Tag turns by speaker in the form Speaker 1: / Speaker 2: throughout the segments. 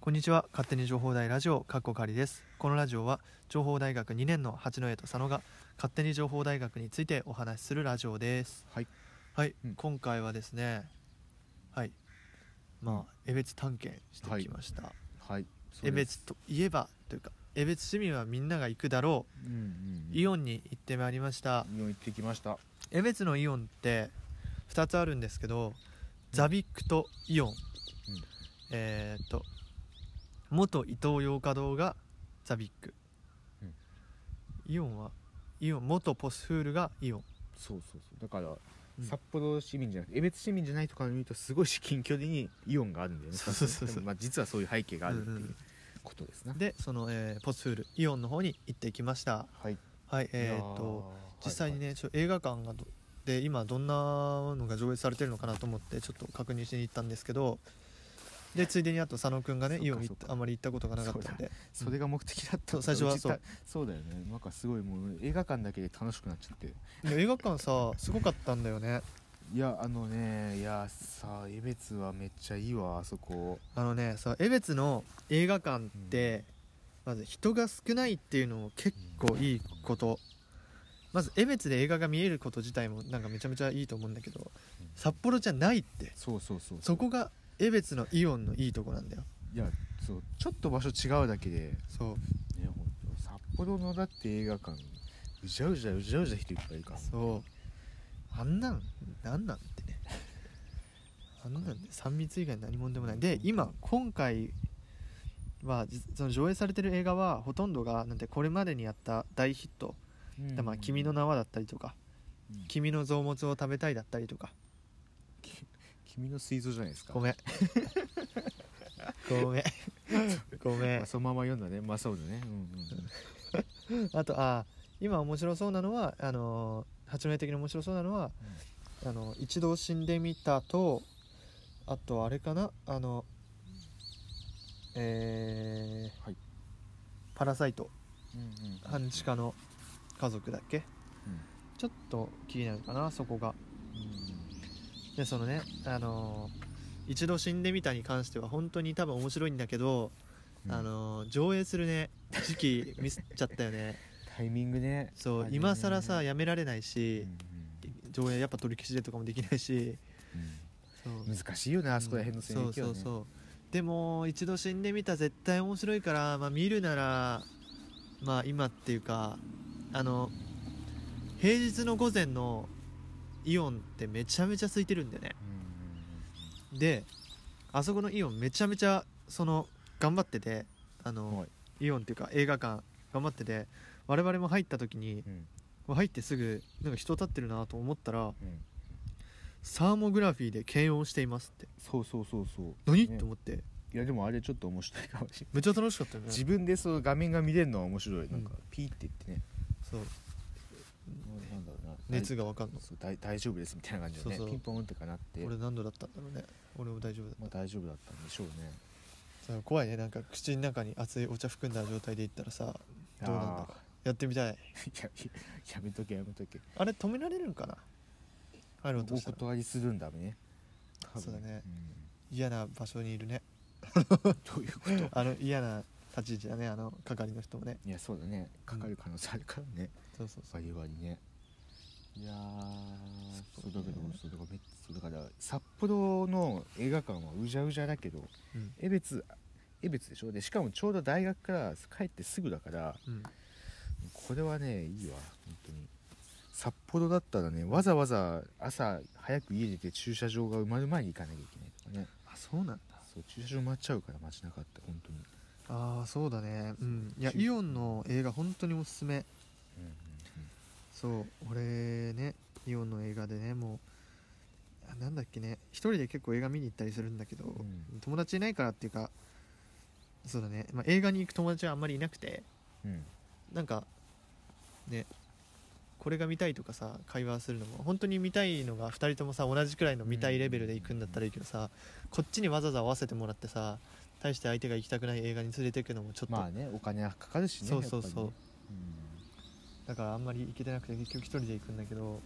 Speaker 1: こんにちは勝手に情報大ラジオかっこかりですこのラジオは情報大学2年の八戸と佐野が勝手に情報大学についてお話しするラジオです
Speaker 2: はい
Speaker 1: はい、
Speaker 2: うん
Speaker 1: 今回はですねはいまあ江別探検してきました、
Speaker 2: はい
Speaker 1: 江別といえばというか江別市民はみんなが行くだろ
Speaker 2: うんうん
Speaker 1: うイ
Speaker 2: ン
Speaker 1: オンに行ってまいりました
Speaker 2: イオン行ってきました
Speaker 1: 江別のイオンって2つあるんですけどザビックとイオン、えーっと元伊東洋華堂がザビック、
Speaker 2: うん
Speaker 1: イオンはイオン元ポスフールがイオン
Speaker 2: そうそうそうだから、
Speaker 1: ん
Speaker 2: 札幌市民じゃなくて江別市民じゃないとかに言うとすごい至近距離にイオンがあるんだよね
Speaker 1: そうそうそう
Speaker 2: でもまあ、実はそういう背景があるって
Speaker 1: うんう
Speaker 2: いうんことですな、
Speaker 1: でその、えーポスフールイオンの方に行ってきました
Speaker 2: はい
Speaker 1: はいえーっ
Speaker 2: いやー
Speaker 1: と実際に
Speaker 2: はい
Speaker 1: ね、ちょ映画館がどで今どんなのが上映されてるのかなと思ってちょっと確認しに行ったんですけどでついでにあと佐野くんがね
Speaker 2: そうか
Speaker 1: イオン行
Speaker 2: そ
Speaker 1: っ
Speaker 2: うか
Speaker 1: あまり行ったことがなかったんで
Speaker 2: それが目的だった
Speaker 1: そう最初はそう
Speaker 2: ちたそうだよねなんかすごいもう映画館だけで楽しくなっちゃって
Speaker 1: で映画館さすごかったんだよね
Speaker 2: いやあのねいやさ江別はめっちゃいいわあそこ
Speaker 1: あのねさ江別の映画館って、まず人が少ないっていうのも結構いいことまず江別で映画が見えること自体もなんかめちゃめちゃいいと思うんだけど札幌じゃないって
Speaker 2: そうそうそう
Speaker 1: そこが江別のイオンのいいとこなんだよ
Speaker 2: いやそうちょっと場所違うだけで
Speaker 1: そう
Speaker 2: ね本当札幌のだって映画館うじゃうじゃうじゃうじゃ人いっぱいいるから
Speaker 1: そうあんなんなんなんってねあんなんで3密以外何もんでもないで今今回はじその上映されてる映画はほとんどがなんてこれまでにやった大ヒット
Speaker 2: うん
Speaker 1: でまあ「君の名は」だったりとか「
Speaker 2: うん
Speaker 1: 君の臓物を食べたい」だったりとか
Speaker 2: 君の膵臓じゃないですか
Speaker 1: ごめん ごめんごめ
Speaker 2: ま
Speaker 1: ん
Speaker 2: あ、そのまま読んだねまあそうだねうん
Speaker 1: あとあ今面白そうなのはあのー八戸的に面白そうなのは、あの一度死んでみたとあとあれかなあのえー
Speaker 2: はい
Speaker 1: パラサイト
Speaker 2: うんうんうんうん
Speaker 1: 半地下の家族だっけちょっと気になるかなそこがでそのねあのー一度死んでみたに関しては本当に多分面白いんだけど、
Speaker 2: うん
Speaker 1: あのー上映するね時期ミスっちゃったよ ね
Speaker 2: タイミングね
Speaker 1: そ
Speaker 2: あ
Speaker 1: う
Speaker 2: れね
Speaker 1: 今更さ
Speaker 2: うん
Speaker 1: やめられないし、
Speaker 2: う
Speaker 1: 上映やっぱ取り消しでとかもできないしそう
Speaker 2: うん難しいよねあそこら辺の線引きは
Speaker 1: そ
Speaker 2: ね
Speaker 1: うそうそうでも一度死んでみた絶対面白いから、まあ、見るならまあ今っていうかあの平日の午前のイオンってめちゃめちゃ空いてるんだよね
Speaker 2: うんうん
Speaker 1: であそこのイオンめちゃめちゃその頑張っててあ
Speaker 2: うんうん
Speaker 1: の、
Speaker 2: はい
Speaker 1: イオンっていうか映画館頑張ってて我々も入った時に
Speaker 2: うん
Speaker 1: 入ってすぐなんか人立ってるなと思ったら
Speaker 2: うん
Speaker 1: サーモグラフィーで検温していますって
Speaker 2: そうそうそうそう
Speaker 1: 何、
Speaker 2: ね
Speaker 1: って思って
Speaker 2: いやでもあれちょっと面白いかもしれない
Speaker 1: めっちゃ楽しかったよね
Speaker 2: 自分でその画面が見れるのは面白いなんか
Speaker 1: うん
Speaker 2: ピーって言ってね
Speaker 1: そう
Speaker 2: なんだろうな
Speaker 1: 熱が分かんの
Speaker 2: そう大大丈夫ですみたいな感じでね
Speaker 1: そうそう
Speaker 2: ピンポンってかなって
Speaker 1: 俺何度だったんだろうね俺も大丈夫だ
Speaker 2: まあ大丈夫だったんでしょうね
Speaker 1: そう怖いねなんか口の中に熱いお茶含んだ状態で行ったらさどうなんだろう
Speaker 2: あ
Speaker 1: やってみたい
Speaker 2: ー ややめとけやめとけ
Speaker 1: あれ止められるんかな入ろうと
Speaker 2: お
Speaker 1: したら
Speaker 2: 断りするんだね多分
Speaker 1: そうだね
Speaker 2: うん
Speaker 1: 嫌な場所にいるね
Speaker 2: どういう こと
Speaker 1: あの嫌な立ち位置だねあの係の人もね
Speaker 2: いやそうだねかかる可能性あるからね
Speaker 1: そうそうそう
Speaker 2: バリバリねいやーそうだけどそうだからめっそうだから札幌の映画館はうじゃうじゃだけど
Speaker 1: うん、
Speaker 2: 江別江別でしょでしかもちょうど大学から帰ってすぐだから
Speaker 1: うん、
Speaker 2: これはねいいわ本当に札幌だったらねわざわざ朝早く家出て駐車場が埋まる前に行かなきゃいけないとかね
Speaker 1: あそうなんだ
Speaker 2: そう駐車場埋まっちゃうから街中って本当に、
Speaker 1: ああそうだねうんいやイオンの映画本当におすすめ
Speaker 2: うんうん
Speaker 1: そう俺ねイオンの映画でねもうあなんだっけね一人で結構映画見に行ったりするんだけど、
Speaker 2: ん
Speaker 1: 友達いないからっていうかそうだね、まあ、映画に行く友達はあんまりいなくて
Speaker 2: うんうん
Speaker 1: なんかねこれが見たいとかさ会話するのも本当に見たいのが2人ともさ同じくらいの見たいレベルで行くんだったらいいけどさこっちにわざわざ合わせてもらってさ大して相手が行きたくない映画に連れて行くのもちょっと、
Speaker 2: まあねお金はかかるしね
Speaker 1: そうそうそう
Speaker 2: やっぱりね
Speaker 1: だからあんまり行けてなくて結局一人で行くんだけど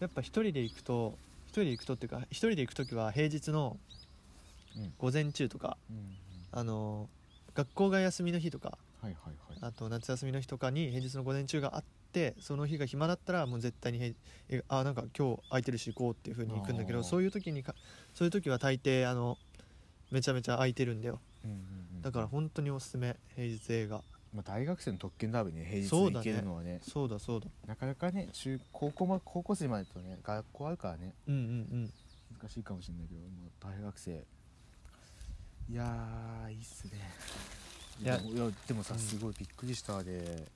Speaker 1: やっぱ一人で行くと一人で行くとっていうか一人で行く時は平日の
Speaker 2: うん
Speaker 1: 午前中とか
Speaker 2: うんうん
Speaker 1: あの学校が休みの日とか
Speaker 2: はいはいはい
Speaker 1: あと夏休みの日とかに平日の午前中があってその日が暇だったらもう絶対にへえあなんか今日空いてるし行こうっていう風に行くんだけ
Speaker 2: あ
Speaker 1: ど
Speaker 2: ー
Speaker 1: そういう時にかそういう時は大抵あのめちゃめちゃ空いてるんだよ
Speaker 2: うんうんうん
Speaker 1: だから本当におすすめ平日映画
Speaker 2: まあ、大学生の特権ダービーね平日
Speaker 1: そう
Speaker 2: に
Speaker 1: だ
Speaker 2: 行
Speaker 1: ね
Speaker 2: けるのはね
Speaker 1: そうだそうだ
Speaker 2: なかなかね中高校,、ま、高校生までとね学校あるからね
Speaker 1: うんうん
Speaker 2: 難しいかもしれないけど、まあ、大学生いやーいいっすね
Speaker 1: い
Speaker 2: い
Speaker 1: や
Speaker 2: やいやでもさ、
Speaker 1: うん
Speaker 2: すごいびっくりしたで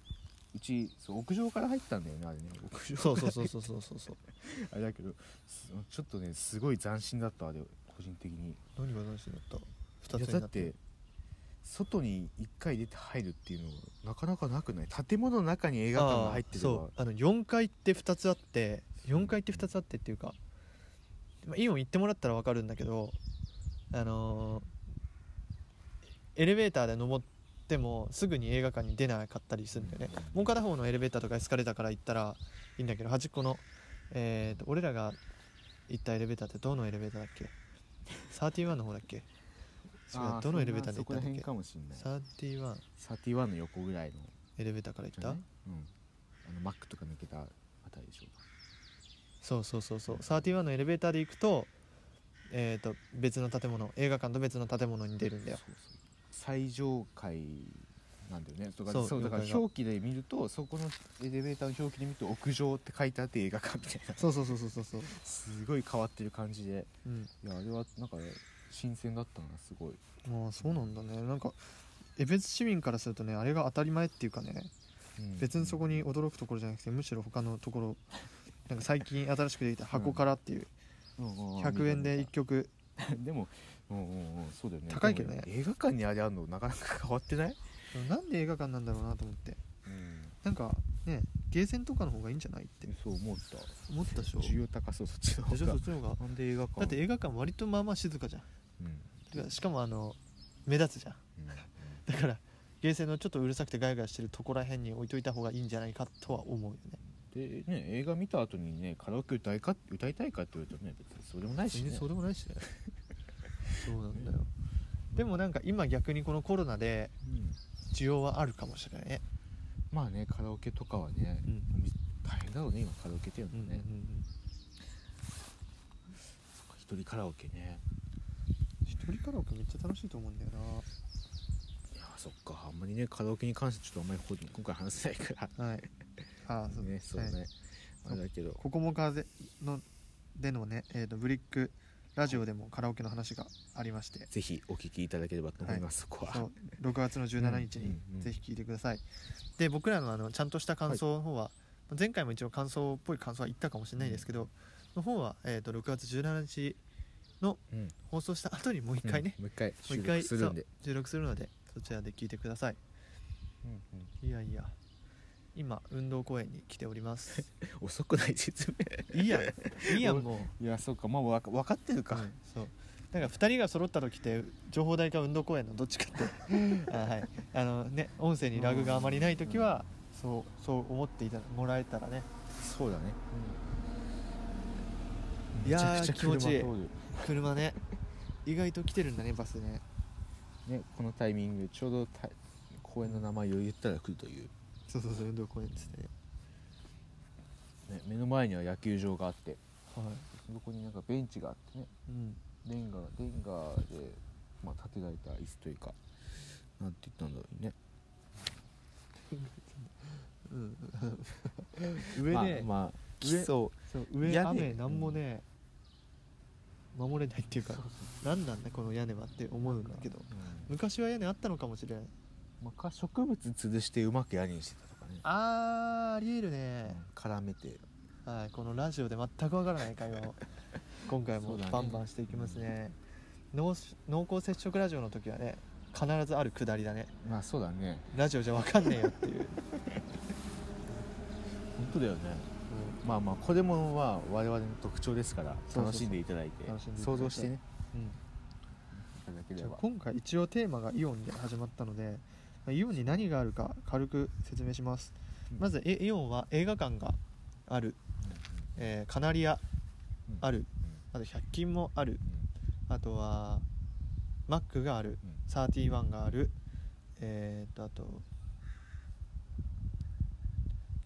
Speaker 2: うちそう屋上から入ったんだよねあれね
Speaker 1: う
Speaker 2: 屋
Speaker 1: ん
Speaker 2: 上
Speaker 1: そうそうそうそうそうそうそう
Speaker 2: あれだけどすちょっとねすごい斬新だったあれ個人的に
Speaker 1: 何が何しになった
Speaker 2: い
Speaker 1: 2
Speaker 2: や
Speaker 1: つに
Speaker 2: だ
Speaker 1: な
Speaker 2: っ
Speaker 1: った
Speaker 2: て外に1回出て入るっていうのなかなかなくない建物の中に映画館が入っ
Speaker 1: あ
Speaker 2: て
Speaker 1: ー
Speaker 2: れば
Speaker 1: そうあの4階って2つあって4階って2つあってっていうか、まあ、イオン行ってもらったら分かるんだけどあのーエレベーターで登ってもすぐに映画館に出なかったりするんだよねもう片方のエレベーターとかエスカレーターから行ったらいいんだけど端っこのえーと俺らが行ったエレベーターってどのエレベーターだっ け31の方だっけ違
Speaker 2: あ
Speaker 1: うどのエレベーターで行
Speaker 2: そ
Speaker 1: った
Speaker 2: こら
Speaker 1: んだっ
Speaker 2: 辺
Speaker 1: け
Speaker 2: かもしんない
Speaker 1: 31
Speaker 2: 31の横ぐらいの
Speaker 1: エレベーターから行っ
Speaker 2: じゃ
Speaker 1: た
Speaker 2: ないうんあのマックとか抜けたあたりでしょうか
Speaker 1: そうそうそうそう31のエレベーターで行くと,、えー、と別の建物映画館と別の建物に出るんだよ
Speaker 2: そうそう最上階なんだよねとか
Speaker 1: そう
Speaker 2: そうだから
Speaker 1: 4階が
Speaker 2: 表記で見るとそこのエレベーターの表記で見ると屋上って書いてあって映画館みたいな
Speaker 1: そうそうそうそうそうそう、
Speaker 2: すごい変わってる感じで
Speaker 1: うん、
Speaker 2: いやあれはなんか新鮮だったなすごい
Speaker 1: まあそうなんだねなんか江別市民からするとねあれが当たり前っていうかね別にそこに驚くところじゃなくてむしろ他のところなんか最近新しくできた箱からっていう100
Speaker 2: 100
Speaker 1: 円で1曲
Speaker 2: でもうんうんうんそうだよね
Speaker 1: 高いけどね
Speaker 2: でも映画館にあれあるのなかなか変わってない
Speaker 1: なんで映画館なんだろうなと思って
Speaker 2: うん
Speaker 1: なんかねゲーセンとかの方がいいんじゃないって
Speaker 2: そう思っ
Speaker 1: 思ったでしたょ
Speaker 2: 需要高そうそっちの
Speaker 1: でしょそ
Speaker 2: 方が
Speaker 1: っちの方が
Speaker 2: なんで映画館
Speaker 1: だって映画館割とまあまあ静かじゃん
Speaker 2: うんうん
Speaker 1: てかしかもあの目立つじゃん
Speaker 2: うん
Speaker 1: だからゲーセンのちょっとうるさくてガヤガヤしてるとこら辺に置いといた方がいいんじゃないかとは思うよね
Speaker 2: でね映画見た後にねカラオケ歌いか歌いたいかって言うとね別にそうでもないし、
Speaker 1: 全
Speaker 2: ね、
Speaker 1: 然そうでもないしね そうなんだよでもなんか今逆にこのコロナで
Speaker 2: うん
Speaker 1: 需要はあるかもしれないね
Speaker 2: まあねカラオケとかはね、
Speaker 1: うん
Speaker 2: 大変だろうね今カラオケっていうの
Speaker 1: うん
Speaker 2: は
Speaker 1: うんう
Speaker 2: ね、
Speaker 1: ん
Speaker 2: そっか一人カラオケね
Speaker 1: 一人カラオケめっちゃ楽しいと思うんだよ
Speaker 2: いやーそっかあんまりねカラオケに関してちょっとあんまりほ今回話せないから
Speaker 1: なはいああそう
Speaker 2: ねそうね、
Speaker 1: はい
Speaker 2: あれだけど
Speaker 1: ここも風のでのね、えー、とブリックラジオでもカラオケの話がありまして
Speaker 2: ぜひお聞きいただければと思います、そこは
Speaker 1: そう6月の17日
Speaker 2: うん
Speaker 1: に
Speaker 2: うんうん
Speaker 1: ぜひ聞いてください、で僕らのあのちゃんとした感想の方は、前回も一応感想っぽい感想は言ったかもしれないですけど、の方は、えー、と6月17日
Speaker 2: うん
Speaker 1: 放送した後にもう一回ね、
Speaker 2: うんもう一 回
Speaker 1: もう
Speaker 2: 収
Speaker 1: 一回
Speaker 2: 録するんで
Speaker 1: 収録するのでそちらで聞いてください
Speaker 2: うんうん
Speaker 1: いやいや今運動公園に来ております
Speaker 2: 遅くない説
Speaker 1: いいやんいいやん
Speaker 2: お
Speaker 1: もう
Speaker 2: 明いやそうかまあわか分かってるか、
Speaker 1: うんそうなんか2人が揃った時って情報台か運動公園のどっちかってあはいあのね音声にラグがあまりない時はそうそう思っていたもらえたらね、
Speaker 2: そうだね
Speaker 1: いやー
Speaker 2: めちゃくちゃ車
Speaker 1: 気持ちいい
Speaker 2: 通る
Speaker 1: 車ね意外と来てるんだねバスね
Speaker 2: ね、このタイミングちょうどた公園の名前を言ったら来るという、
Speaker 1: そうそうそう運動公園ですね
Speaker 2: ね、目の前には野球場があって
Speaker 1: はい
Speaker 2: そこになんかベンチがあってね
Speaker 1: うん
Speaker 2: レンガレンガで、まあ、建てられた椅子というかなんて言ったんだろうね
Speaker 1: うん 上ね、
Speaker 2: まあ、まあ、
Speaker 1: 上
Speaker 2: 基礎
Speaker 1: そう上
Speaker 2: 屋根
Speaker 1: 雨なんもね、守れないっていうか何なんだこの屋根はって思うんだけど
Speaker 2: うん
Speaker 1: 昔は屋根あったのかもしれない
Speaker 2: まあ、か植物吊るしてうまく屋根にしてたとかね、
Speaker 1: あーありえる
Speaker 2: う
Speaker 1: ね、
Speaker 2: ん絡めて
Speaker 1: はい、このラジオで全くわからない会話 を今回
Speaker 2: そ
Speaker 1: も
Speaker 2: うだね
Speaker 1: バンバンしていきますね濃濃厚接触ラジオの時はね必ずあるくだりだね
Speaker 2: まあそうだね
Speaker 1: ラジオじゃわかんねえよっていう、
Speaker 2: 本当だよねまあまあこれもは我々の特徴ですから
Speaker 1: そうそうそう
Speaker 2: 楽しんでいただいて
Speaker 1: 楽しんでいただいて
Speaker 2: 想像してね
Speaker 1: うんうん
Speaker 2: いただけれ
Speaker 1: じゃあ
Speaker 2: ば
Speaker 1: 今回一応テーマがイオンで始まったのでまあイオンに何があるか軽く説明しますまずえイオンは映画館がある、えーカナリアあ
Speaker 2: る、
Speaker 1: るあと100均もある
Speaker 2: うん
Speaker 1: あとはマックがある
Speaker 2: うん
Speaker 1: 31があるえー、っとあと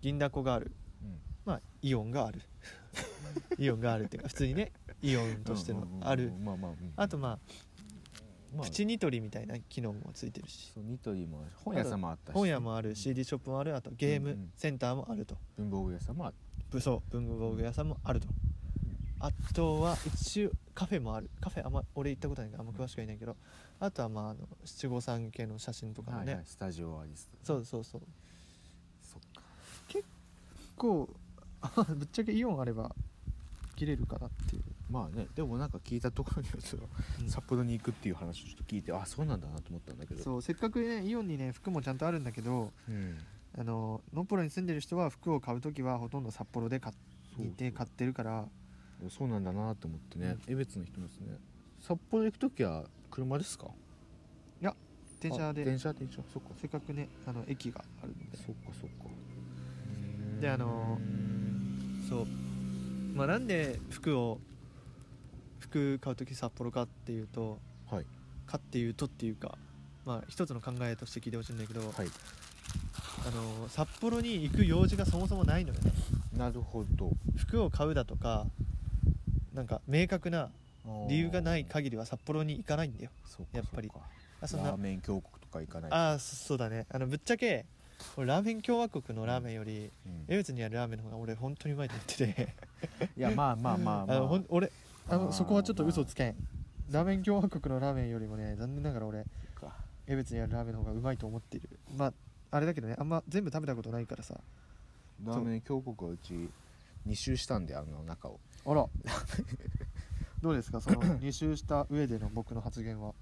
Speaker 1: 銀だこがある
Speaker 2: うん
Speaker 1: まあイオン があるイオンがあるっていうか普通にねイオンとして
Speaker 2: う
Speaker 1: の
Speaker 2: んうんうん
Speaker 1: ある
Speaker 2: まあまあ、うん
Speaker 1: あとまあ
Speaker 2: まあ
Speaker 1: プチニトリみたいな機能もついてるし
Speaker 2: そうニトリも本屋さんもあったし
Speaker 1: 本屋もある CD ショップもあるあとゲー
Speaker 2: うんう
Speaker 1: ム
Speaker 2: ん
Speaker 1: センターもあると
Speaker 2: 文房具屋さんもあった
Speaker 1: 武装文具防具屋さんもあるとあとは一応カフェもあるカフェあんま俺行ったことないからあんま詳しくはいないけどあとはまああの七五三系の写真とかも
Speaker 2: はい
Speaker 1: ね、
Speaker 2: はいスタジオアリスト
Speaker 1: そうそうそう
Speaker 2: そっか
Speaker 1: こうぶっちゃけイオンあれば切れるかなっていう、
Speaker 2: まあねでもなんか聞いたところによると札幌に行くっていう話をちょっと聞いてあそうなんだなと思ったんだけど
Speaker 1: そうせっかくねイオンにね服もちゃんとあるんだけど
Speaker 2: うん
Speaker 1: あのノープロに住んでる人は服を買う時はほとんど札幌で買
Speaker 2: そうそう
Speaker 1: いて買ってるから
Speaker 2: そうなんだなと思ってね江別の人ですね札幌行く時は車ですか
Speaker 1: 電車
Speaker 2: あ
Speaker 1: で
Speaker 2: 電車電車そっか
Speaker 1: せっかくねあの駅があるので
Speaker 2: そっかそっか
Speaker 1: であのそうまあなんで服を服買う時札幌かっていうと
Speaker 2: はい
Speaker 1: かっていうとっていうかまあ一つの考えとして聞いてほしいんだけど、
Speaker 2: はい
Speaker 1: あの札幌に行く用事がそもそもないのよね
Speaker 2: なるほど
Speaker 1: 服を買うだとかなんか明確な理由がない限りは札幌に行かないんだよ
Speaker 2: そうか
Speaker 1: やっぱり
Speaker 2: そうか
Speaker 1: あそんな
Speaker 2: ラーメン峡谷とか行かない
Speaker 1: ああそそうだねあのぶっちゃけ俺ラーメン共和国のラーメンより
Speaker 2: うん
Speaker 1: 江別にあるラーメンの方が俺本当にうまいと思ってて
Speaker 2: いやまあまあまあ
Speaker 1: あ
Speaker 2: まあ
Speaker 1: のほん俺あ
Speaker 2: あ
Speaker 1: の
Speaker 2: ー
Speaker 1: そこはちょっと嘘つけんラーメン共和国のラーメンよりもね残念ながら俺
Speaker 2: そっか
Speaker 1: 江別にあるラーメンの方がうまいと思っているまああれだけどねあんま全部食べたことないからさ
Speaker 2: ラーメン峡谷はうち2周したんであの中を
Speaker 1: あら どうですかそ の2周した上での僕の発言は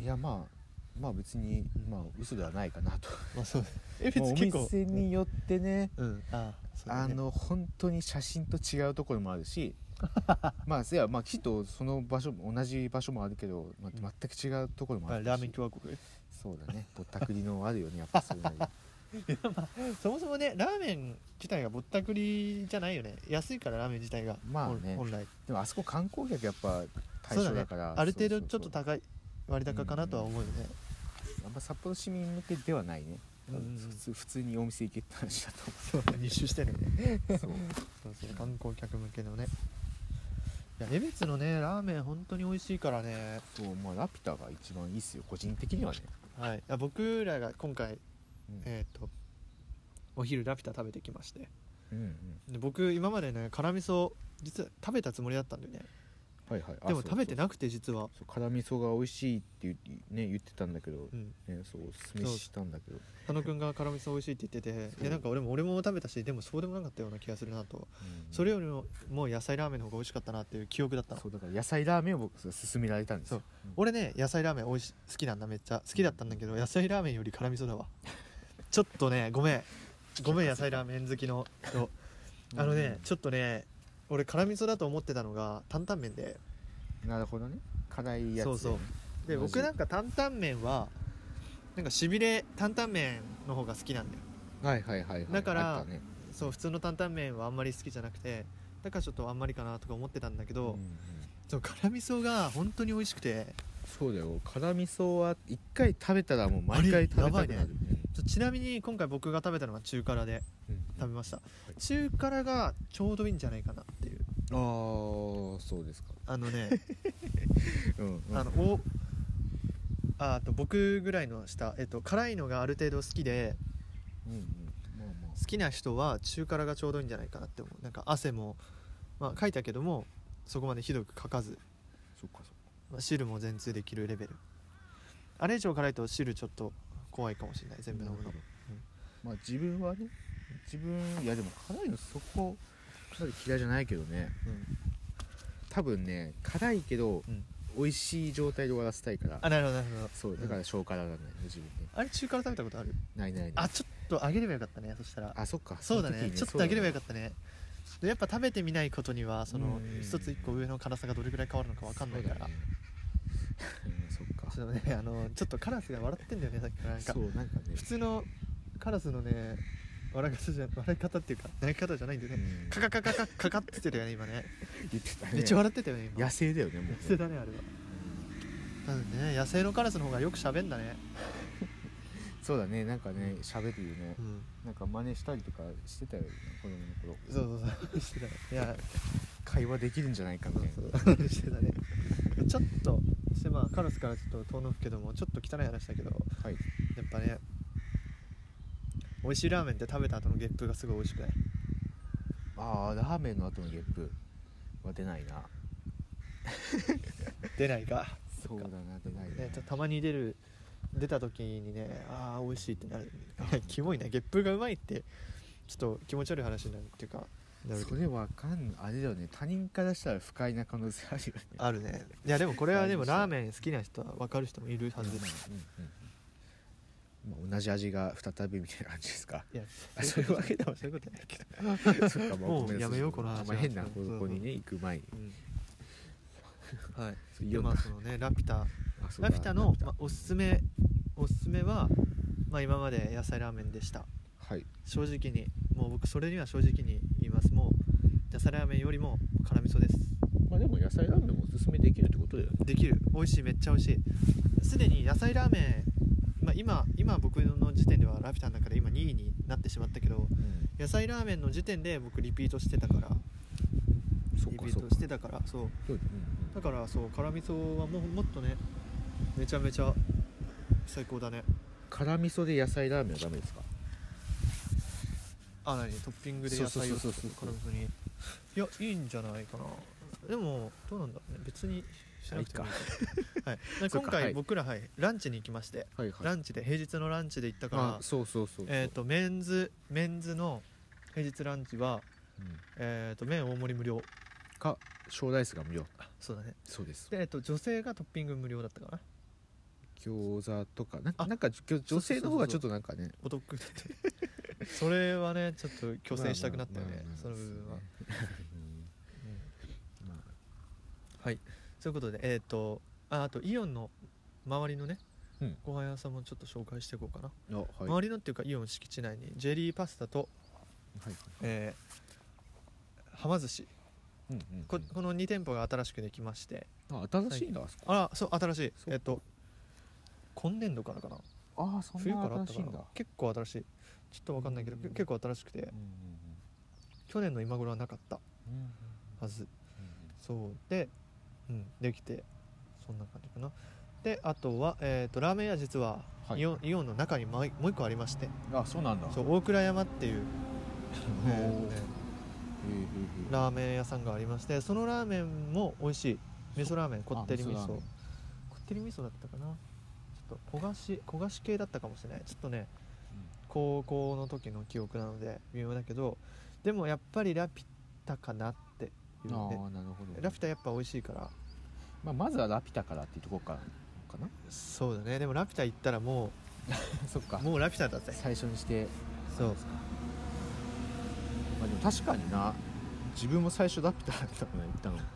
Speaker 1: い
Speaker 2: やまあまあ別にまあ嘘ではないかな と
Speaker 1: まあそう江
Speaker 2: ま
Speaker 1: 別
Speaker 2: あ お
Speaker 1: 結構
Speaker 2: 店によってね
Speaker 1: うんあーそうだ
Speaker 2: あ
Speaker 1: ね
Speaker 2: の本当に写真と違うところもあ るしまあせやまあきっとその場所も同じ場所もあるけど、まあ、全く違うところも
Speaker 1: ま
Speaker 2: あ
Speaker 1: あ
Speaker 2: るし
Speaker 1: ラーメン共和国
Speaker 2: そうだねぼったくりのあるよねやっぱそういう のに
Speaker 1: そもそもねラーメン自体がぼったくりじゃないよね安いからラーメン自体が、
Speaker 2: まあね
Speaker 1: 本本来
Speaker 2: でもあそこ観光客やっぱ対
Speaker 1: そ
Speaker 2: 象
Speaker 1: うだ
Speaker 2: だ
Speaker 1: ね
Speaker 2: から
Speaker 1: ある程度
Speaker 2: そう
Speaker 1: ち
Speaker 2: そ
Speaker 1: ょ
Speaker 2: う
Speaker 1: っ
Speaker 2: そ
Speaker 1: と
Speaker 2: う
Speaker 1: 高い割高かなとは思うよね、
Speaker 2: あんま札幌市民向けではないね、
Speaker 1: うんうん
Speaker 2: 普通普通にお店行けって話だと
Speaker 1: そう2周してるよね
Speaker 2: 思うそう
Speaker 1: そうそう観光客向けのねいや江別のねラーメン本当に美味しいからね
Speaker 2: そうまあラピュタが一番いいっすよ個人的にはね、
Speaker 1: はいあ僕らが今回
Speaker 2: うん
Speaker 1: えっ、とお昼ラピュタ食べてきまして
Speaker 2: うんうん
Speaker 1: で僕今までね辛味噌実は食べたつもりだったんだよね
Speaker 2: はいはいあ
Speaker 1: でも
Speaker 2: そう
Speaker 1: 食べて
Speaker 2: そう
Speaker 1: なくて実は
Speaker 2: そう辛味噌が美味しいって言って,、ね、言ってたんだけど、
Speaker 1: うん
Speaker 2: ね、そうおすすめしたんだけど
Speaker 1: 佐野くんが辛味噌美味しいって言って
Speaker 2: そ
Speaker 1: て
Speaker 2: う
Speaker 1: いやなんか俺も俺も食べたしでもそうでもなかったような気がするなと、
Speaker 2: うん
Speaker 1: それよりももう野菜ラーメンの方が美味しかったなっていう記憶だったの
Speaker 2: そうだから野菜ラーメンを僕そう勧められたんですよ
Speaker 1: 俺ね野菜ラーメン美味し好きなんだめっちゃ好きだったんだけど野菜ラーメンより辛味噌だ わちょっとねごめんごめん野菜ラーメン好きの人あのね、ちょっとね俺辛味噌だと思ってたのが担々麺で
Speaker 2: うんなるほどね辛いやつ、ね、
Speaker 1: そうそうで
Speaker 2: マジ
Speaker 1: 僕なんか担々麺はなんかしびれ担々麺の方が好きなんだよ
Speaker 2: はいはいはい、はい、
Speaker 1: だから
Speaker 2: あったね
Speaker 1: そう普通の担々麺はあんまり好きじゃなくてだからちょっとあんまりかなとか思ってたんだけど、
Speaker 2: うんうん
Speaker 1: そう辛味噌が本当に美味しくて
Speaker 2: そうだよ辛味噌は一回食べたらもう毎回食べたくな
Speaker 1: あれ
Speaker 2: る
Speaker 1: やばいねちょちなみに今回僕が食べたのは中辛で
Speaker 2: うんうん
Speaker 1: 食べました、中辛がちょうどいいんじゃないかなっていう
Speaker 2: ああそうですか、
Speaker 1: あのね
Speaker 2: うんうん
Speaker 1: あのおああと僕ぐらいの下、えっと、辛いのがある程度好きで
Speaker 2: うんうんまあまあ
Speaker 1: 好きな人は中辛がちょうどいいんじゃないかなって思うなんか汗もまあ書いたけどもそこまでひどくかかず、
Speaker 2: そっかそっか
Speaker 1: まあ、汁も全通できるレベルあれ以上辛いと汁ちょっと怖いかもしれない全部飲むの
Speaker 2: まあ自分はね自分いやでも辛いのそこまで嫌いじゃないけどね
Speaker 1: うん
Speaker 2: 多分ね辛いけど、
Speaker 1: うん
Speaker 2: 美味しい状態で終わらせたいから
Speaker 1: あなるほどなるほど
Speaker 2: そうだから小辛なんだよね自分ね
Speaker 1: あれ中辛食べたことある
Speaker 2: ないないない
Speaker 1: あちょっと揚げればよかったねそしたら
Speaker 2: あそっか
Speaker 1: そうだ
Speaker 2: の時
Speaker 1: ね
Speaker 2: に
Speaker 1: ちょっと上げればよ
Speaker 2: そ
Speaker 1: かったねでやっぱ食べてみないことにはその
Speaker 2: うん
Speaker 1: 一つ一個上の辛さがどれぐらい変わるのかわかんないう
Speaker 2: だ
Speaker 1: か
Speaker 2: ね
Speaker 1: ら、
Speaker 2: そうだねうん
Speaker 1: ち
Speaker 2: そっ
Speaker 1: ょっと
Speaker 2: か
Speaker 1: ねあのちょっとカラスが笑ってんだよねさっきからなんか
Speaker 2: そうなんかね
Speaker 1: 普通のカラスのね笑い方じゃ笑い方っていうか投げ方じゃないんだよね
Speaker 2: うん
Speaker 1: カカカカカカカって言ってたよね今ね
Speaker 2: 言ってたね
Speaker 1: めっちゃ笑ってたよね今
Speaker 2: 野生だよねもうね
Speaker 1: 痩せだねあれは
Speaker 2: うん
Speaker 1: なんでね野生のカラスの方がよく喋んだね
Speaker 2: そうだねなんかね喋るよね
Speaker 1: うん
Speaker 2: なんか真似したりとかしてたよね子供の頃
Speaker 1: そうそうそうしてたい や
Speaker 2: 会話できるんじゃないかみ
Speaker 1: そ
Speaker 2: たいな
Speaker 1: うそうしてたねちょっとそしてまあカラスからちょっと遠のくけどもちょっと汚い話だけど
Speaker 2: はい
Speaker 1: やっぱね美味しいラーメンって食べた後のゲップがすごい美味しくない
Speaker 2: ああラーメンの後のゲップは出ないな
Speaker 1: 出ないか
Speaker 2: そうだな出ないな、
Speaker 1: ね、たたまに出る出た時にねああ美味しいってなる キモいなゲップがうまいってちょっと気持ち悪い話になるっていうかなるけ
Speaker 2: そ
Speaker 1: ど
Speaker 2: れわかんあれだよね他人からしたら不快な可能性あるよね
Speaker 1: あるねいやでもこれはでも
Speaker 2: 大事そう
Speaker 1: ラーメン好きな人は分かる人もいるはずです
Speaker 2: うんうんうんまあ、同じ味が再びみたいな感じで すか
Speaker 1: いや
Speaker 2: あそういうわけでは
Speaker 1: そういうことじゃないけど、
Speaker 2: そっか
Speaker 1: もうやめようこの話は
Speaker 2: あんま変な方
Speaker 1: そうそ
Speaker 2: 向
Speaker 1: う
Speaker 2: にね行く前に
Speaker 1: うん、はい
Speaker 2: そう
Speaker 1: でまあそのねラピュタ
Speaker 2: あそうだ
Speaker 1: ラピュタの
Speaker 2: ラピュ
Speaker 1: まあ、おすすめおすすめは、まあ、今まで野菜ラーメンでした
Speaker 2: タはい
Speaker 1: 正直にもう僕それには正直に言いますもう野菜ラーメンよりも辛味噌です
Speaker 2: まあでも野菜ラーメンもおすすめできるってことだよね
Speaker 1: できる美味しいめっちゃ美味しいすでに野菜ラーメン、まあ、今今僕の時点ではラピュタの中で今2位になってしまったけど野菜ラーメンの時点で僕リピートしてたから
Speaker 2: そっ
Speaker 1: リ
Speaker 2: か
Speaker 1: ピー
Speaker 2: そっ
Speaker 1: ト
Speaker 2: か
Speaker 1: してたからそう
Speaker 2: そうだねう
Speaker 1: だ
Speaker 2: ん
Speaker 1: からそう辛味噌はもうもっとねめちゃめちゃ最高だね
Speaker 2: 辛味噌で野菜ラーメンはダメですか
Speaker 1: あ何トッピングで野菜を
Speaker 2: そうそうそうそう
Speaker 1: 辛味噌にいやいいんじゃないかなでもどうなんだろうね別にしなくてもいいかはい、で
Speaker 2: そう
Speaker 1: 今
Speaker 2: かは
Speaker 1: 回
Speaker 2: い
Speaker 1: 僕ら、はい、ランチに行きまして
Speaker 2: はい
Speaker 1: ラ
Speaker 2: い
Speaker 1: ンチで平日のランチで行ったから
Speaker 2: あそうそうそうそう
Speaker 1: えー、とメンズメンズの平日ランチは、
Speaker 2: うん
Speaker 1: えー、と麺大盛り無料
Speaker 2: か小ライスが無料
Speaker 1: そうだね
Speaker 2: そうです
Speaker 1: で、えー、と女性がトッピング無料だったかな
Speaker 2: 餃子とかなんか
Speaker 1: あ
Speaker 2: なんか女女性の方がちょっとなんかね
Speaker 1: お得だってそれはねちょっと虚勢したくなったよね
Speaker 2: まあまあ
Speaker 1: その部分は、うん
Speaker 2: うんまあ
Speaker 1: はいそういうことでえっ、とああとイオンの周りのね、
Speaker 2: うん
Speaker 1: ご飯屋さんもちょっと紹介していこうかな、
Speaker 2: あはい
Speaker 1: 周りのっていうかイオン敷地内にジェリーパスタと、
Speaker 2: はい
Speaker 1: えーはま寿司
Speaker 2: うんうんうん
Speaker 1: ここの2店舗が新しくできまして
Speaker 2: あ新しいんだあそこ
Speaker 1: あらそう新しい
Speaker 2: そう
Speaker 1: えっと今年度からかな
Speaker 2: ああそ
Speaker 1: 冬
Speaker 2: ん
Speaker 1: からあ
Speaker 2: な
Speaker 1: っ
Speaker 2: 新
Speaker 1: た
Speaker 2: し
Speaker 1: か
Speaker 2: い
Speaker 1: なん
Speaker 2: だ
Speaker 1: 結構新しいちょっとわかんないけど
Speaker 2: うん
Speaker 1: け結構新しくて
Speaker 2: うん
Speaker 1: 去年の今頃はなかった
Speaker 2: うんうん
Speaker 1: はずそうでうんできてそんな感じかなであとは、えー、とラーメン屋実は
Speaker 2: はい
Speaker 1: イオン,、イオンの中にもう一もう一個ありまして
Speaker 2: うんあそうなんだ
Speaker 1: そう大倉山っていう、
Speaker 2: おー
Speaker 1: えーね
Speaker 2: へーへーへー
Speaker 1: ラーメン屋さんがありましてそのラーメンも美味しい味噌ラーメンこってり味
Speaker 2: あ
Speaker 1: 噌
Speaker 2: 味噌ラー
Speaker 1: こっ
Speaker 2: メン
Speaker 1: てり味噌だったかなちょっと焦がし焦がし系だったかもしれないちょっとね高校の時の記憶なので微妙だけどでもやっぱりラピュタかなっていう
Speaker 2: あ
Speaker 1: ね
Speaker 2: あなるほど
Speaker 1: ラピュタやっぱ美味しいから
Speaker 2: まあまずはラピュタからっていうとこからかな
Speaker 1: そうだねでもラピュタ行ったらも
Speaker 2: そっか
Speaker 1: うもうラピュタだぜ
Speaker 2: 最初にして
Speaker 1: そう
Speaker 2: まあでも確かにな自分も最初ラピュタだったの行ったの
Speaker 1: そう
Speaker 2: で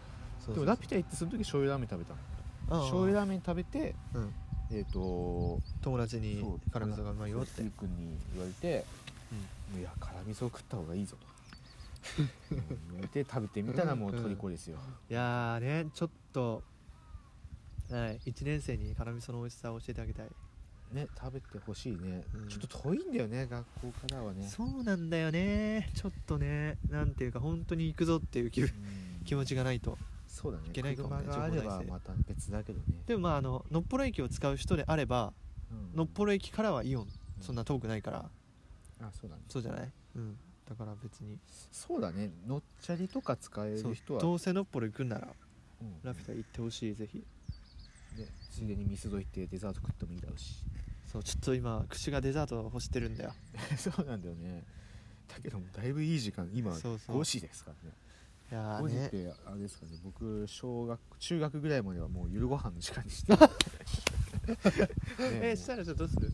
Speaker 1: そう
Speaker 2: もラピュタ行ってその時醤油ラーメン食べた
Speaker 1: うんうん
Speaker 2: の醤油ラーメン食べて
Speaker 1: うん
Speaker 2: えっ、と
Speaker 1: 友達に
Speaker 2: そう
Speaker 1: 辛味噌がうまいよっ
Speaker 2: ス
Speaker 1: て
Speaker 2: イ君に言われて、いや辛味噌食った方がいいぞとうん言われて食べてみたらもう虜ですよ、
Speaker 1: いやーねちょっとはい1年生に辛味噌の美味しさを教えてあげたい
Speaker 2: ね食べてほしいね、
Speaker 1: うん
Speaker 2: ちょっと遠いんだよね学校からはね
Speaker 1: そうなんだよねちょっとねなんていうか本当に行くぞっていう気分
Speaker 2: うん
Speaker 1: 気持ちがないと
Speaker 2: そうだね
Speaker 1: いけないかもね
Speaker 2: 車があれ
Speaker 1: 情報
Speaker 2: ば
Speaker 1: 内制
Speaker 2: また別だけどね
Speaker 1: でもまああののっぽろ駅を使う人であれば
Speaker 2: うん
Speaker 1: のっぽろ駅からはイオンそんな遠くないから
Speaker 2: あそうだね
Speaker 1: そうじゃないうんだから別に
Speaker 2: そうだね乗っちゃりとか使え
Speaker 1: そう
Speaker 2: る人は
Speaker 1: どうせのっぽろ行くんなら
Speaker 2: うん
Speaker 1: ラピュタ行ってほしいぜひ
Speaker 2: ねついでにミスド行ってデザート食ってもいいだろう し
Speaker 1: そうちょっと今串がデザートを欲してるんだよ
Speaker 2: そうなんだよねだけどもだいぶいい時間今
Speaker 1: そうそう
Speaker 2: 5時ですからね
Speaker 1: いやー
Speaker 2: 5時っ
Speaker 1: ね
Speaker 2: てあれですかね僕小学中学ぐらいまではもう夜ご飯の時間 にして
Speaker 1: えーしたらじゃあどうする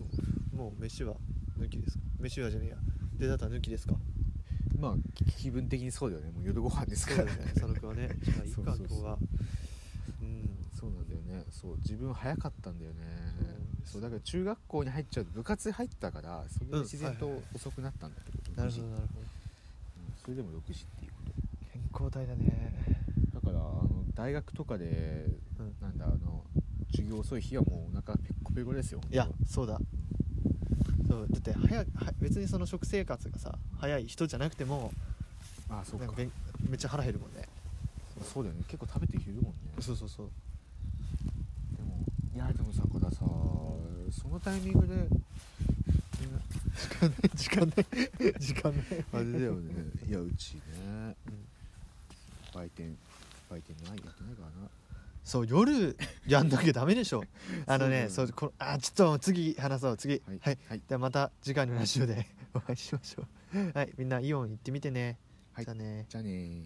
Speaker 1: もう飯は抜きですか飯はじゃねえやデザートは抜きですか
Speaker 2: まあき気分的にそうだよねもう夜ご飯です
Speaker 1: そう
Speaker 2: か
Speaker 1: だ
Speaker 2: ら
Speaker 1: よ
Speaker 2: ね
Speaker 1: ね佐野くんはねじゃあいいか
Speaker 2: そうそうそう
Speaker 1: 今日はうん
Speaker 2: そうなんだよねそう自分早かったんだよね
Speaker 1: そう
Speaker 2: そうだから中学校に入っちゃうと部活入ったからそれで自然
Speaker 1: うんはい
Speaker 2: と
Speaker 1: はい
Speaker 2: 遅くなったんだけど、
Speaker 1: なる
Speaker 2: 6
Speaker 1: ほ
Speaker 2: 時
Speaker 1: どなるほど
Speaker 2: うんそれでも6時っていうこ
Speaker 1: 健康体だね
Speaker 2: とだからあの大学とかで
Speaker 1: うん
Speaker 2: なんだあの授業遅い日はもうお腹ペコペコですよ
Speaker 1: いやそうだそうだって早くは別にその食生活がさ早い人じゃなくても
Speaker 2: ああそうか
Speaker 1: なんかべんめっちゃ腹減るもんね
Speaker 2: そうだよね結構食べて昼もんね
Speaker 1: そうそうそう
Speaker 2: でもいやでもさこださそのタイミングで
Speaker 1: 時間ない時間ない 時間ない
Speaker 2: あれだよねいやうちね
Speaker 1: うん
Speaker 2: 売店売店ないやってないからな
Speaker 1: そう夜やんなきゃダメで しょあのね
Speaker 2: そ
Speaker 1: そうう
Speaker 2: だよね
Speaker 1: このあちょっともう次話そう次はい、
Speaker 2: はいはい
Speaker 1: ではまた次回 のラジオでお会いしましょうはいみんなイオン行ってみてね、
Speaker 2: はい
Speaker 1: じゃあね
Speaker 2: じゃあねー